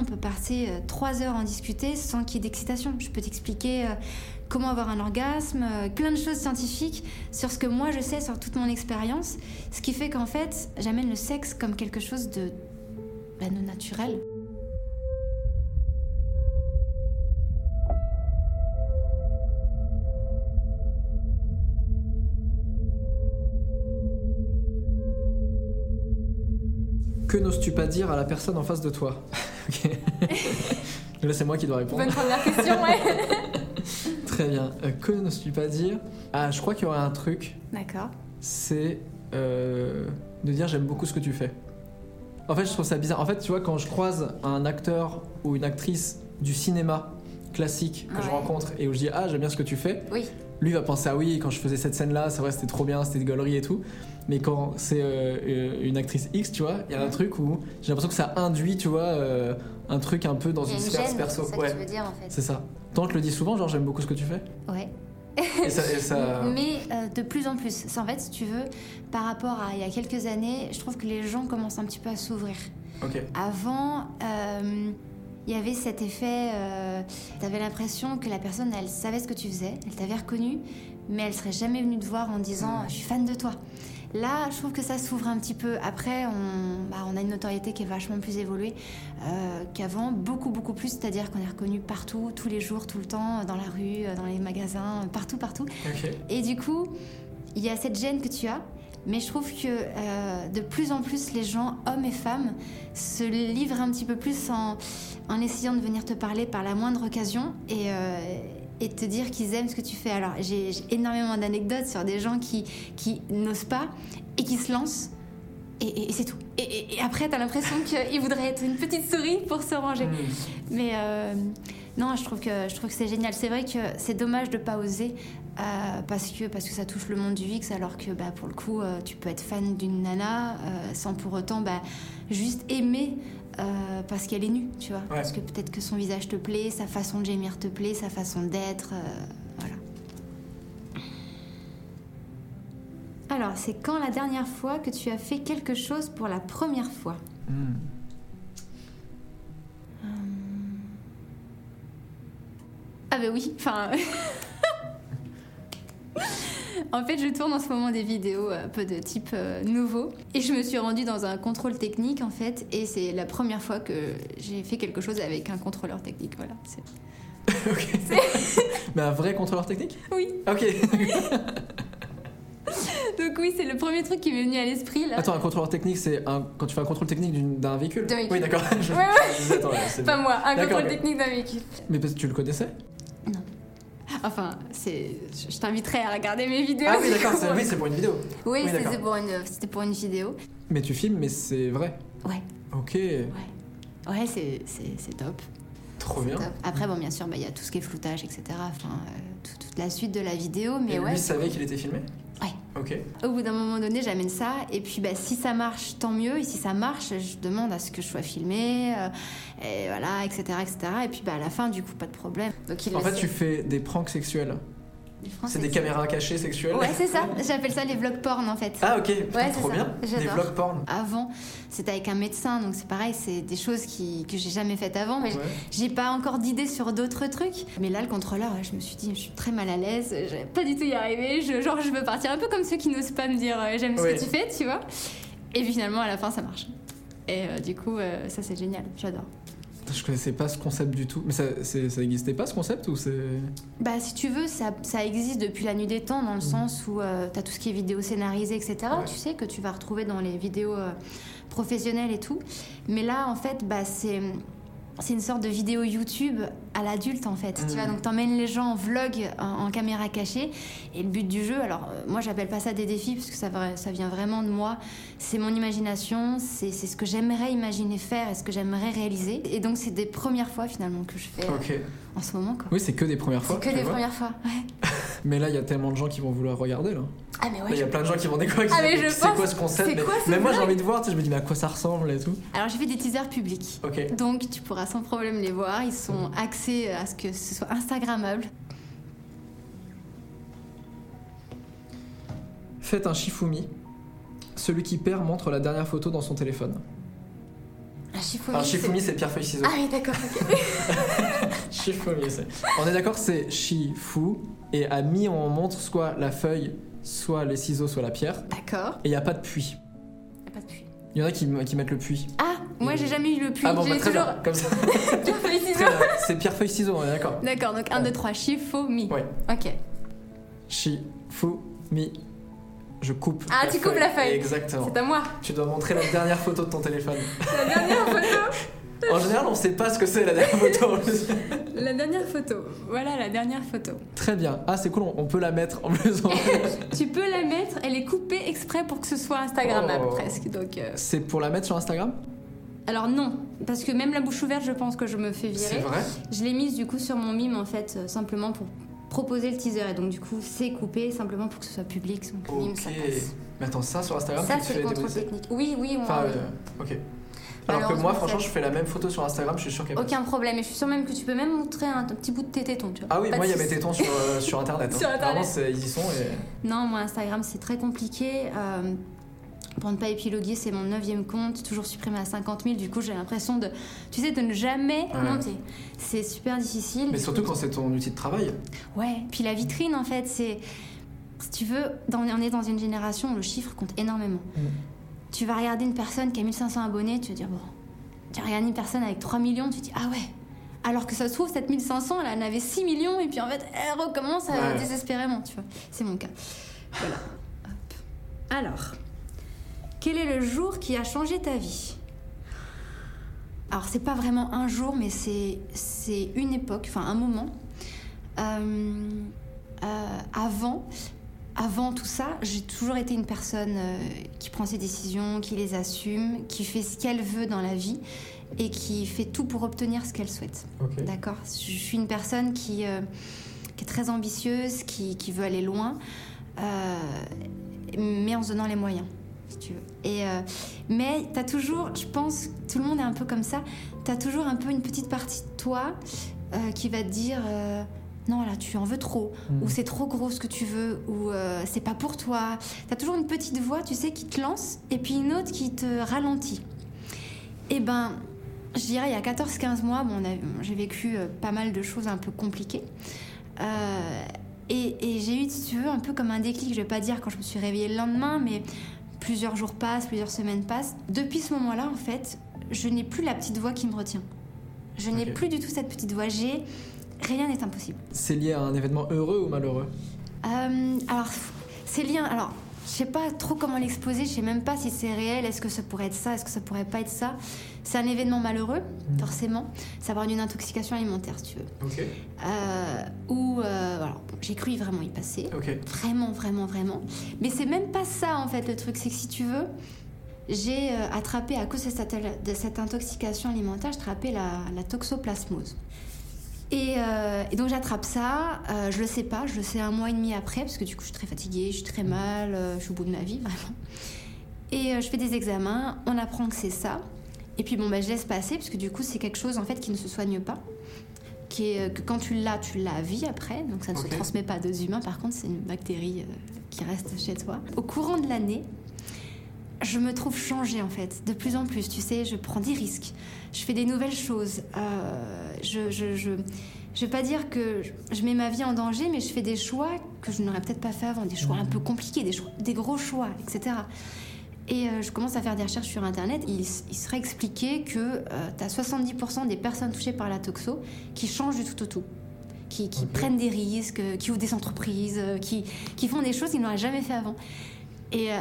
On peut passer euh, trois heures en discuter sans qu'il y ait d'excitation. Je peux t'expliquer euh, comment avoir un orgasme, euh, plein de choses scientifiques sur ce que moi je sais, sur toute mon expérience. Ce qui fait qu'en fait, j'amène le sexe comme quelque chose de bah, non naturel. Que n'oses-tu pas dire à la personne en face de toi Ok. Là, c'est moi qui dois répondre. Bonne première question, ouais. Très bien. Euh, que n'oses-tu pas dire Ah, je crois qu'il y aurait un truc, D'accord. c'est euh, de dire j'aime beaucoup ce que tu fais. En fait, je trouve ça bizarre. En fait, tu vois, quand je croise un acteur ou une actrice du cinéma classique que je Ouais. rencontre et où je dis ah, j'aime bien ce que tu fais, Oui. lui va penser ah oui quand je faisais cette scène là c'est vrai c'était trop bien c'était des gauleries et tout mais quand c'est euh, une actrice X tu vois il y a un truc où j'ai l'impression que ça induit tu vois euh, un truc un peu dans Il y une a une sphère gêne, c'est perso ça que ouais tu veux dire en fait. c'est ça tant que le dis souvent genre j'aime beaucoup ce que tu fais Ouais. et ça, et ça- Mais euh, de plus en plus. C'est en fait, si tu veux, par rapport à il y a quelques années, je trouve que les gens commencent un petit peu à s'ouvrir. ok Avant, euh, il y avait cet effet. euh, T'avais l'impression que la personne, elle savait ce que tu faisais, elle t'avait reconnu, mais elle serait jamais venue te voir en disant Je suis fan de toi. Là, je trouve que ça s'ouvre un petit peu. Après, on, bah, on a une notoriété qui est vachement plus évoluée euh, qu'avant, beaucoup, beaucoup plus. C'est-à-dire qu'on est reconnu partout, tous les jours, tout le temps, dans la rue, euh, dans les magasins, partout, partout. ok Et du coup, il y a cette gêne que tu as, mais je trouve que euh, de plus en plus les gens, hommes et femmes, se livrent un petit peu plus en, en essayant de venir te parler par la moindre occasion et, euh, et te dire qu'ils aiment ce que tu fais. Alors j'ai j'ai énormément d'anecdotes sur des gens qui, qui n'osent pas et qui se lancent. Et, et- et c'est tout. Et, et- et après, t'as l'impression qu'ils voudraient être une petite souris pour se ranger. Mais euh, non, je trouve que je trouve que c'est génial. C'est vrai que c'est dommage de pas oser euh, parce que parce que ça touche le monde du X alors que bah pour le coup euh, tu peux être fan d'une nana euh, sans pour autant bah juste aimer. euh, parce qu'elle est nue, tu vois. Parce que peut-être que son visage te plaît, sa façon de gémir te plaît, sa façon d'être. euh, voilà. Alors, c'est quand la dernière fois que tu as fait quelque chose pour la première fois Hmm. Ah bah oui, enfin... En fait, je tourne en ce moment des vidéos un peu de type euh, nouveau. Et je me suis rendue dans un contrôle technique, en fait. Et c'est la première fois que j'ai fait quelque chose avec un contrôleur technique. Voilà. c'est- mais un vrai contrôleur technique Oui. ok Donc oui, c'est le premier truc qui m'est venu à l'esprit, là. attends un contrôleur technique c'est un... quand tu fais un contrôle technique d'une- d'un véhicule D'un véhicule. oui d'accord Je- Ouais, ouais. je- attends, ouais, c'est Pas bon. moi, un D'accord, contrôle ok. technique d'un véhicule. mais parce que tu le connaissais Enfin, c'est... Je t'inviterai à regarder mes vidéos. ah oui d'accord c'est- oui, c'est pour une vidéo Oui, Oui, c'était d'accord. pour une- c'était pour une vidéo. mais tu filmes mais c'est vrai Ouais, ok ouais. Ouais, c'est- c'est c'est top. trop bien Top. Après, bon, bien sûr, bah, il y a tout ce qui est floutage, etc. Enfin, euh, tout- toute la suite de la vidéo, mais et ouais. lui savait qu'il était filmé Ouais. ok Au bout d'un moment donné, j'amène ça, et puis bah, si ça marche, tant mieux. Et si ça marche, je demande à ce que je sois filmée, euh, et voilà, etc., etc. Et puis bah, à la fin, du coup, pas de problème. Donc il En le fait, sait. tu fais des pranks sexuels. Les Français, C'est des caméras cachées sexuelles. Ouais, c'est ça. J'appelle ça les vlogs porn, en fait. Ah ok, Putain, Ouais, c'est trop ça. bien. Des J'adore. vlogs porn. Avant, c'était avec un médecin, donc c'est pareil, c'est des choses qui, que j'ai jamais faites avant, mais Ouais. j'ai pas encore d'idées sur d'autres trucs. Mais là, le contrôleur, ouais, je me suis dit, je suis très mal à l'aise, je vais pas du tout y arriver, je, genre je veux partir un peu comme ceux qui n'osent pas me dire euh, j'aime ce Ouais. que tu fais, tu vois. Et puis finalement, à la fin, ça marche. Et euh, du coup, euh, ça c'est génial, j'adore. Putain, Je connaissais pas ce concept du tout. Mais ça, c'est- ça existait pas ce concept ou c'est. Bah, si tu veux, ça, ça existe depuis la nuit des temps, dans le sens où euh, t'as tout ce qui est vidéo scénarisée, etc. Mm. Ouais. Tu sais que tu vas retrouver dans les vidéos euh, professionnelles et tout. Mais là, en fait, bah, c'est. c'est une sorte de vidéo YouTube à l'adulte en fait. Tu vois, Mm. donc t'emmènes les gens en vlog, en, en caméra cachée. Et le but du jeu, alors euh, moi j'appelle pas ça des défis parce que ça, va- ça vient vraiment de moi. C'est mon imagination, c'est c'est ce que j'aimerais imaginer faire et ce que j'aimerais réaliser. Et donc c'est des premières fois finalement que je fais euh, Ok. en ce moment quoi. Oui, c'est que des premières fois. C'est que tu des vois. premières fois. ouais. Mais là, il y a tellement de gens qui vont vouloir regarder là. Ah mais Là, Il ouais. y a plein de gens qui vont découvrir. Ah, mais je C'est pense- quoi ce concept c'est mais- quoi ce mais moi, j'ai blague envie de voir. tu sais, Je me dis, mais à quoi ça ressemble et tout. Alors j'ai fait des teasers publics. Ok. Donc tu pourras sans problème les voir. Ils sont axés euh, à ce que ce soit Instagrammable. Faites un Shifumi. Celui qui perd montre la dernière photo dans son téléphone. Un Shifumi. Un c'est- Shifumi, c'est pierre feuille ciseaux. Ah oui d'accord. ok. Shifumi, c'est. On est d'accord, c'est Shifu. Et à mi, on montre soit la feuille, soit les ciseaux, soit la pierre. d'accord. Et il n'y a pas de puits. Y a Pas de puits. Il y en a qui, qui mettent le puits. Ah moi j'ai jamais eu le puits. ah bon, bah, j'ai très toujours bien. Comme ça. Pierre feuille, ciseaux. Très bien. c'est pierre feuille ciseaux, on est d'accord. D'accord donc 1 2 3 Shifumi. Ouais. Ok. Shifumi. Je coupe. Ah, tu coupes la feuille. Exactement. C'est à moi. Tu dois montrer la dernière photo de ton téléphone. La dernière photo. En général, on sait pas ce que c'est la dernière photo. en plus. La dernière photo. Voilà la dernière photo. Très bien. Ah, c'est cool, on on peut la mettre en plus. tu peux la mettre. Elle est coupée exprès pour que ce soit Instagrammable Oh. presque. Donc. euh, C'est pour la mettre sur Instagram Alors non, parce que même la bouche ouverte, je pense que je me fais virer. Je l'ai mise du coup sur mon mime en fait, euh, simplement pour proposer le teaser. Et donc du coup, c'est coupé simplement pour que ce soit public. Donc le mime, Ok. ça passe. Mais attends, ça sur Instagram, Ça, tu te c'est fais le les contrôle déposer technique. Oui, oui, on- Enfin, oui. euh, ok. Alors que moi, Malheureusement, franchement, ça- je fais la même photo sur Instagram, je suis sûr qu'elle passe. Aucun problème. Et je suis sûre même que tu peux même montrer un t- petit bout de tes tétons. Tu vois. Ah oui, Pas moi, de il y a mes soucis. tétons sur, euh, sur Internet. hein. Sur Internet. Vraiment, c'est- ils y sont et. Non, moi, Instagram, c'est très compliqué. Euh, pour ne pas épiloguer, c'est mon neuvième compte, toujours supprimé à 50 000. Du coup, j'ai l'impression de, tu sais, de ne jamais Ouais. monter. C'est super difficile. Mais surtout quand c'est ton outil de travail. Ouais, puis la vitrine en fait, c'est. Si tu veux, dans- on est dans une génération où le chiffre compte énormément. Tu vas regarder une personne qui a 1500 abonnés, tu vas dire bon. Tu regardes une personne avec 3 millions, tu dis ah ouais. Alors que ça se trouve, cette 1500, elle en avait 6 millions, et puis en fait, elle recommence à- Ouais. désespérément, tu vois. C'est mon cas. Voilà. Hop. Alors, quel est le jour qui a changé ta vie alors, c'est pas vraiment un jour, mais c'est c'est une époque, enfin un moment. Euh, euh, avant, avant tout ça, j'ai toujours été une personne euh, qui prend ses décisions, qui les assume, qui fait ce qu'elle veut dans la vie et qui fait tout pour obtenir ce qu'elle souhaite. Ok. D'accord Je suis une personne qui, euh, qui est très ambitieuse, qui, qui veut aller loin, euh, mais en se donnant les moyens, si tu veux. Et, euh, mais t'as toujours, je pense, tout le monde est un peu comme ça, t'as toujours un peu une petite partie de toi euh, qui va te dire euh, non, là, tu en veux trop, Mm. ou c'est trop gros ce que tu veux, ou euh, c'est pas pour toi. T'as toujours une petite voix, tu sais, qui te lance, et puis une autre qui te ralentit. Eh ben, je dirais il y a 14-15 mois, bon, on a- j'ai vécu euh, pas mal de choses un peu compliquées. Euh, et et j'ai eu, si tu veux, un peu comme un déclic, je vais pas dire quand je me suis réveillée le lendemain, mais plusieurs jours passent, plusieurs semaines passent. Depuis ce moment-là, en fait, je n'ai plus la petite voix qui me retient. Je n'ai Ok. plus du tout cette petite voix. J'ai rien n'est impossible. C'est lié à un événement heureux ou malheureux Euh, alors, pff, ces liens, alors, je sais pas trop comment l'exposer, je sais même pas si c'est réel, est-ce que ça pourrait être ça, est-ce que ça pourrait pas être ça. C'est un événement malheureux, forcément. Ça part d'une intoxication alimentaire, si tu veux. Ok. Euh, Ou, euh, voilà, bon, j'ai cru vraiment y passer. Ok. Vraiment, vraiment, vraiment. Mais c'est même pas ça en fait le truc, c'est que si tu veux, j'ai euh, attrapé à cause de cette, de cette intoxication alimentaire, j'ai attrapé la, la toxoplasmose. Et, euh, et donc j'attrape ça, euh, je le sais pas, je le sais un mois et demi après, parce que du coup je suis très fatiguée, je suis très mal, euh, je suis au bout de ma vie vraiment. Et euh, je fais des examens, on apprend que c'est ça. Et puis bon, bah, je laisse passer, parce que du coup c'est quelque chose en fait qui ne se soigne pas qui est, euh, que quand tu l'as, tu l'as à vie après, donc ça ne Ok. se transmet pas à deux humains, par contre c'est une bactérie euh, qui reste chez toi. Au courant de l'année, je me trouve changée en fait, de plus en plus, tu sais, je prends des risques, je fais des nouvelles choses, euh, je, je, je, je vais pas dire que je- je mets ma vie en danger, mais je fais des choix que je n'aurais peut-être pas fait avant, des choix un peu compliqués, des, choix, des gros choix, etc. Et euh, je commence à faire des recherches sur Internet. Il, s- il serait expliqué que euh, tu as 70% des personnes touchées par la toxo qui changent du tout au tout. Qui, qui prennent des risques, euh, qui ouvrent des entreprises, euh, qui, qui font des choses qu'ils n'auraient jamais fait avant. Et euh,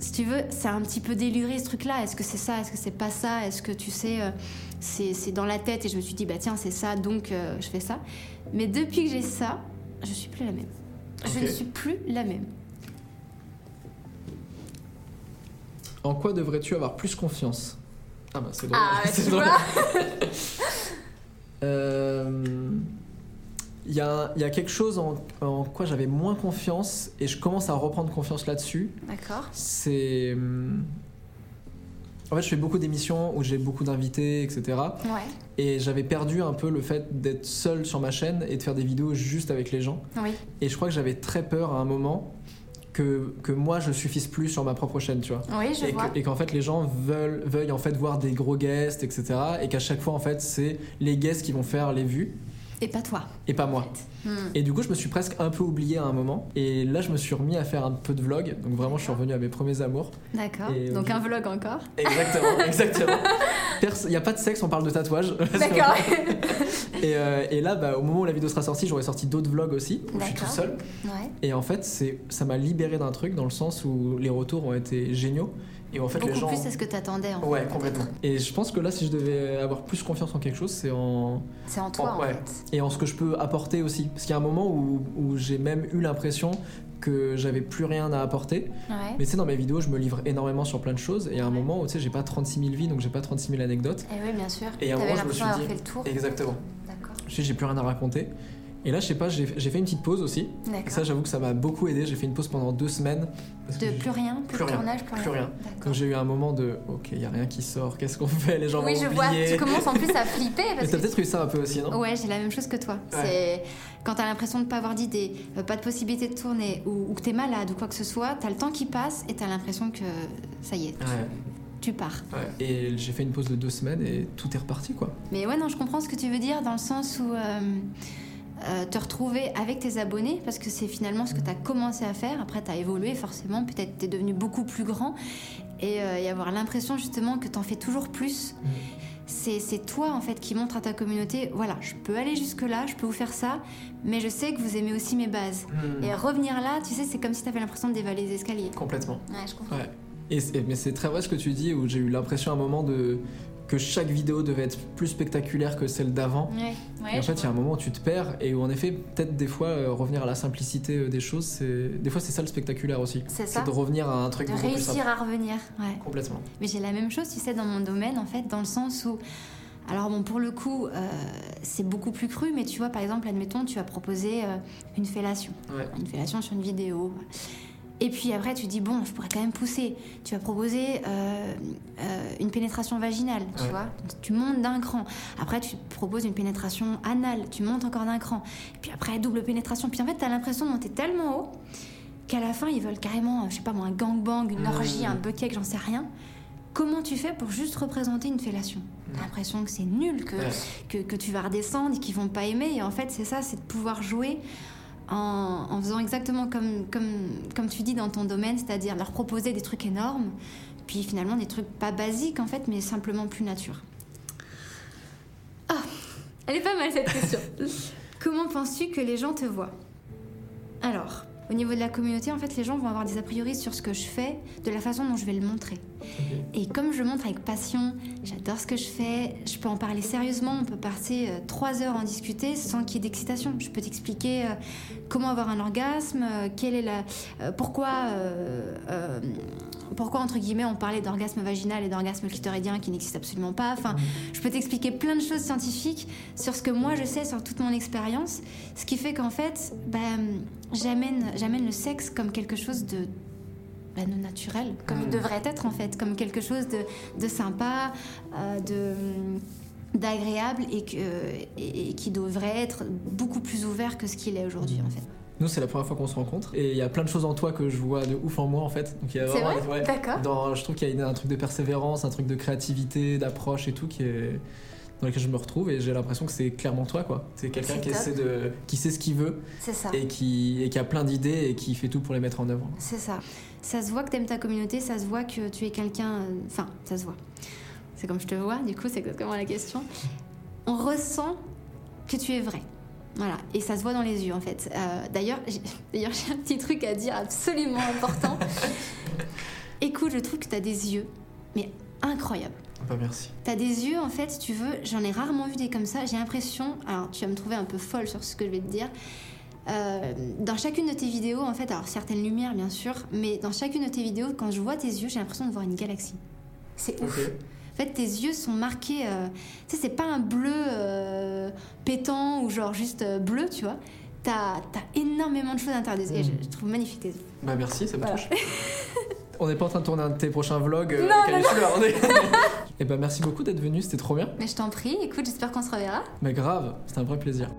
si tu veux, ça a un petit peu déluré ce truc-là. Est-ce que c'est ça Est-ce que c'est pas ça Est-ce que tu sais, euh, c'est c'est dans la tête et je me suis dit, bah tiens, c'est ça, donc euh, je fais ça. Mais depuis que j'ai ça, je suis plus la même. Je Ok. ne suis plus la même. En quoi devrais-tu avoir plus confiance Ah bah c'est drôle. Ah, tu C'est drôle. vois Euh, Il y, a, il y a quelque chose en, en quoi j'avais moins confiance et je commence à reprendre confiance là-dessus. D'accord. C'est. hum, En fait, je fais beaucoup d'émissions où j'ai beaucoup d'invités, etc. Ouais. Et j'avais perdu un peu le fait d'être seul sur ma chaîne et de faire des vidéos juste avec les gens. Oui. Et je crois que j'avais très peur à un moment que, que moi je suffise plus sur ma propre chaîne, tu vois. Oui, je Et vois. que- et qu'en fait les gens veulent, veuillent en fait voir des gros guests, etc. Et qu'à chaque fois en fait c'est les guests qui vont faire les vues Et pas toi. et pas moi. Hmm. Et du coup je me suis presque un peu oublié à un moment. Et là je me suis remis à faire un peu de vlog. Donc vraiment je suis revenu à mes premiers amours. D'accord. Et Donc je- un vlog encore. Exactement, exactement. Il n'y a pas de sexe, on parle de tatouage. D'accord. Et, euh, et là, bah, au moment où la vidéo sera sortie, j'aurai sorti d'autres vlogs aussi. où Je suis tout D'accord. seul. ouais. Et en fait, c'est, ça m'a libéré d'un truc dans le sens où les retours ont été géniaux. Et où en fait, les Beaucoup gens. plus à ce que t'attendais. En Ouais, fait, complètement. peut-être. Et je pense que là, si je devais avoir plus confiance en quelque chose, c'est en. C'est en toi, en- ouais. en fait. Et en ce que je peux apporter aussi. Parce qu'il y a un moment où, où j'ai même eu l'impression que j'avais plus rien à apporter. Ouais. Mais tu sais, dans mes vidéos, je me livre énormément sur plein de choses. Et à un Ouais. moment où, tu sais, j'ai pas 36 000 vies, donc j'ai pas 36 000 anecdotes. Eh Et oui, bien sûr. Et à un T'avais moment, je me suis l'impression d'avoir dit- fait le tour. Exactement. D'accord. Je sais, j'ai plus rien à raconter. Et là, je sais pas, j'ai j'ai fait une petite pause aussi. Et ça, D'accord. j'avoue que ça m'a beaucoup aidé. J'ai fait une pause pendant deux semaines. Parce que De j'ai- plus rien, plus, Plus de rien. tournage, plus, Plus rien. D'accord. Donc j'ai eu un moment de ok, il y a rien qui sort. Qu'est-ce qu'on fait Les gens Oui, vont je vois. oublier. Tu commences en plus à flipper Mais parce que. t'as peut-être eu ça un peu aussi, non Ouais, j'ai la même chose que toi. C'est quand t'as l'impression de pas avoir d'idée, euh, pas de possibilité de tourner, ou, ou que t'es malade ou quoi que ce soit, t'as le temps qui passe et t'as l'impression que ça y est, tu- Ouais, tu pars. ouais. Et j'ai fait une pause de deux semaines et tout est reparti quoi. Mais ouais, non, je comprends ce que tu veux dire dans le sens où euh, euh, te retrouver avec tes abonnés, parce que c'est finalement ce que tu as commencé à faire. Après, tu as évolué forcément, peut-être tu es devenu beaucoup plus grand. Et, euh, et avoir l'impression justement que tu en fais toujours plus. C'est c'est toi en fait qui montre à ta communauté voilà, je peux aller jusque-là, je peux vous faire ça, mais je sais que vous aimez aussi mes bases. Hmm. Et revenir là, tu sais, c'est comme si tu avais l'impression de dévaler les escaliers. Complètement. Ouais, je comprends. Ouais. Et c'est- mais c'est très vrai ce que tu dis où j'ai eu l'impression à un moment de que chaque vidéo devait être plus spectaculaire que celle d'avant. Ouais. et en fait, il y a un moment où tu te perds et où en effet, peut-être des fois, euh, revenir à la simplicité euh, des choses, c'est des fois c'est ça le spectaculaire aussi. C'est ça. de revenir à un truc De beaucoup plus simple. réussir à revenir. ouais. Complètement. Mais j'ai la même chose, tu sais, dans mon domaine, en fait, dans le sens où. Alors, bon, pour le coup, euh, c'est beaucoup plus cru, mais tu vois, par exemple, admettons, tu vas proposer euh, une fellation. Ouais. Une fellation sur une vidéo. Et puis après, tu dis, bon, je pourrais quand même pousser. Tu vas proposer euh, euh, une pénétration vaginale, tu Ouais. vois. Tu montes d'un cran. Après, tu proposes une pénétration anale. Tu montes encore d'un cran. Puis après, double pénétration. Puis en fait, t'as l'impression de monter tellement haut qu'à la fin, ils veulent carrément, euh, je sais pas moi, un gangbang, une Mmh. orgie, un bucket, j'en sais rien. Comment tu fais pour juste représenter une fellation T'as l'impression que c'est nul, que, Ouais. que, que tu vas redescendre et qu'ils vont pas aimer. Et en fait, c'est ça, c'est de pouvoir jouer en, en faisant exactement comme, comme, comme tu dis dans ton domaine, c'est-à-dire leur proposer des trucs énormes, puis finalement des trucs pas basiques en fait, mais simplement plus nature. Ah, elle est pas mal cette question. Comment penses-tu que les gens te voient alors, au niveau de la communauté, en fait, les gens vont avoir des a priori sur ce que je fais, de la façon dont je vais le montrer. Et comme je le montre avec passion, j'adore ce que je fais, je peux en parler sérieusement, on peut passer euh, trois heures en discuter sans qu'il y ait d'excitation. Je peux t'expliquer euh, comment avoir un orgasme, euh, quelle est la, euh, pourquoi, euh, euh, pourquoi entre guillemets on parlait d'orgasme vaginal et d'orgasme clitoridien qui n'existe absolument pas. Enfin, Mm. je peux t'expliquer plein de choses scientifiques sur ce que moi je sais, sur toute mon expérience, ce qui fait qu'en fait, bah, j'amène, j'amène le sexe comme quelque chose de bah, de naturel, comme Mm. il devrait être en fait, comme quelque chose de, de sympa, euh, de d'agréable et, que, et- et qui devrait être beaucoup plus ouvert que ce qu'il est aujourd'hui en fait. Nous, c'est la première fois qu'on se rencontre et il y a plein de choses en toi que je vois de ouf en moi en fait. Donc il y a C'est vraiment- vrai ouais. D'accord. Dans- je trouve qu'il y a une- un truc de persévérance, un truc de créativité, d'approche et tout qui est dans lequel je me retrouve et j'ai l'impression que c'est clairement toi quoi. C'est quelqu'un C'est qui top. essaie de qui sait ce qu'il veut C'est ça. et qui et qui a plein d'idées et qui fait tout pour les mettre en œuvre. C'est ça. Ça se voit que t'aimes ta communauté, ça se voit que tu es quelqu'un. euh, Enfin, ça se voit. C'est comme je te vois, du coup, c'est exactement la question. On ressent que tu es vrai. Voilà, et ça se voit dans les yeux en fait. Euh, D'ailleurs, j'ai d'ailleurs, j'ai un petit truc à dire absolument important. Écoute, je trouve que t'as des yeux, mais incroyables. Bah merci. T'as des yeux, en fait, si tu veux, j'en ai rarement vu des comme ça. J'ai l'impression, alors tu vas me trouver un peu folle sur ce que je vais te dire. Euh, dans chacune de tes vidéos, en fait, alors certaines lumières bien sûr, mais dans chacune de tes vidéos, quand je vois tes yeux, j'ai l'impression de voir une galaxie. C'est ouf. Ok. En fait, tes yeux sont marqués. euh, tu sais, c'est pas un bleu euh, pétant ou genre juste euh, bleu, tu vois. T'as t'as énormément de choses à l'intérieur des yeux. Et Je, je trouve magnifique tes yeux. Bah merci, ça me Voilà. touche. On n'est pas en train de tourner un de tes prochains vlogs. euh, Non, avec non, Alice Fleur, on est- Eh bah merci beaucoup d'être venu, c'était trop bien. Mais je t'en prie, écoute, j'espère qu'on se reverra. Mais grave, c'était un vrai plaisir.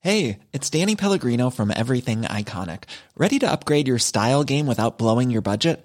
Hey, it's Danny Pellegrino from Everything Iconic. Ready to upgrade your style game without blowing your budget?